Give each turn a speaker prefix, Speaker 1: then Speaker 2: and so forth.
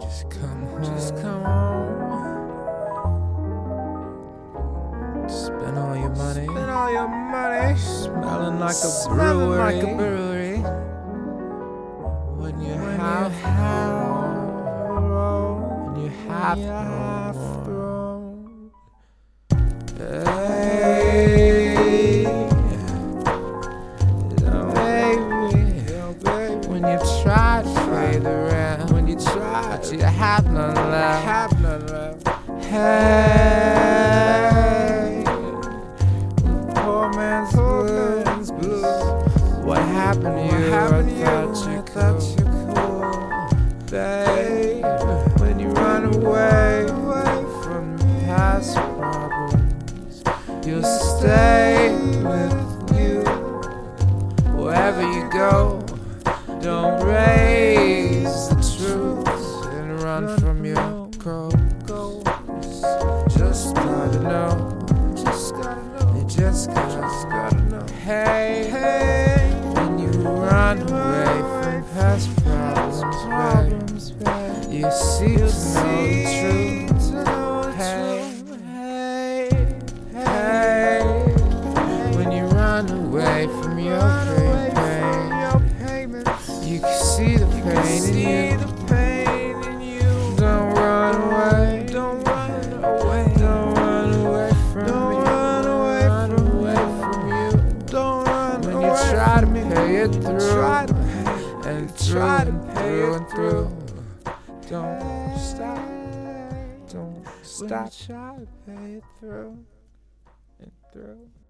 Speaker 1: Just come home. Just come home. Spend all your money.
Speaker 2: Spend all your money.
Speaker 1: Smelling like a
Speaker 2: Smelling
Speaker 1: brewery.
Speaker 2: like a brewery.
Speaker 1: When you
Speaker 2: When
Speaker 1: have
Speaker 2: you have
Speaker 1: grown. When you have
Speaker 2: you have
Speaker 1: grown. Hey. Baby. When you try to fade around. When you try but you have none left.
Speaker 2: Have none left.
Speaker 1: Hey, poor man's
Speaker 2: Poor man's
Speaker 1: blues. What happened to
Speaker 2: What
Speaker 1: you?
Speaker 2: happened to you?
Speaker 1: I
Speaker 2: I
Speaker 1: thought
Speaker 2: thought
Speaker 1: you
Speaker 2: you
Speaker 1: could, babe. When you run away, away from past problems, you'll stay with you wherever you go. Don't raise the truth and run from your goals. Just gotta know. Just gotta know. You just gotta, know. Hey, hey. When you run away from past problems, babe, you see to know the truth. Hey, hey, hey. When you run away from your great pain. You can see the pain in you. Don't run away. Don't run away. Don't run away from
Speaker 2: Don't
Speaker 1: me.
Speaker 2: run away
Speaker 1: Run
Speaker 2: from
Speaker 1: away
Speaker 2: me.
Speaker 1: from you.
Speaker 2: Don't run
Speaker 1: When
Speaker 2: away
Speaker 1: you try to
Speaker 2: from me.
Speaker 1: pay it
Speaker 2: Try to
Speaker 1: through and through
Speaker 2: try to
Speaker 1: and
Speaker 2: pay
Speaker 1: through
Speaker 2: it
Speaker 1: and through. Don't stop. Don't stop.
Speaker 2: Stop. Try to pay it through and through.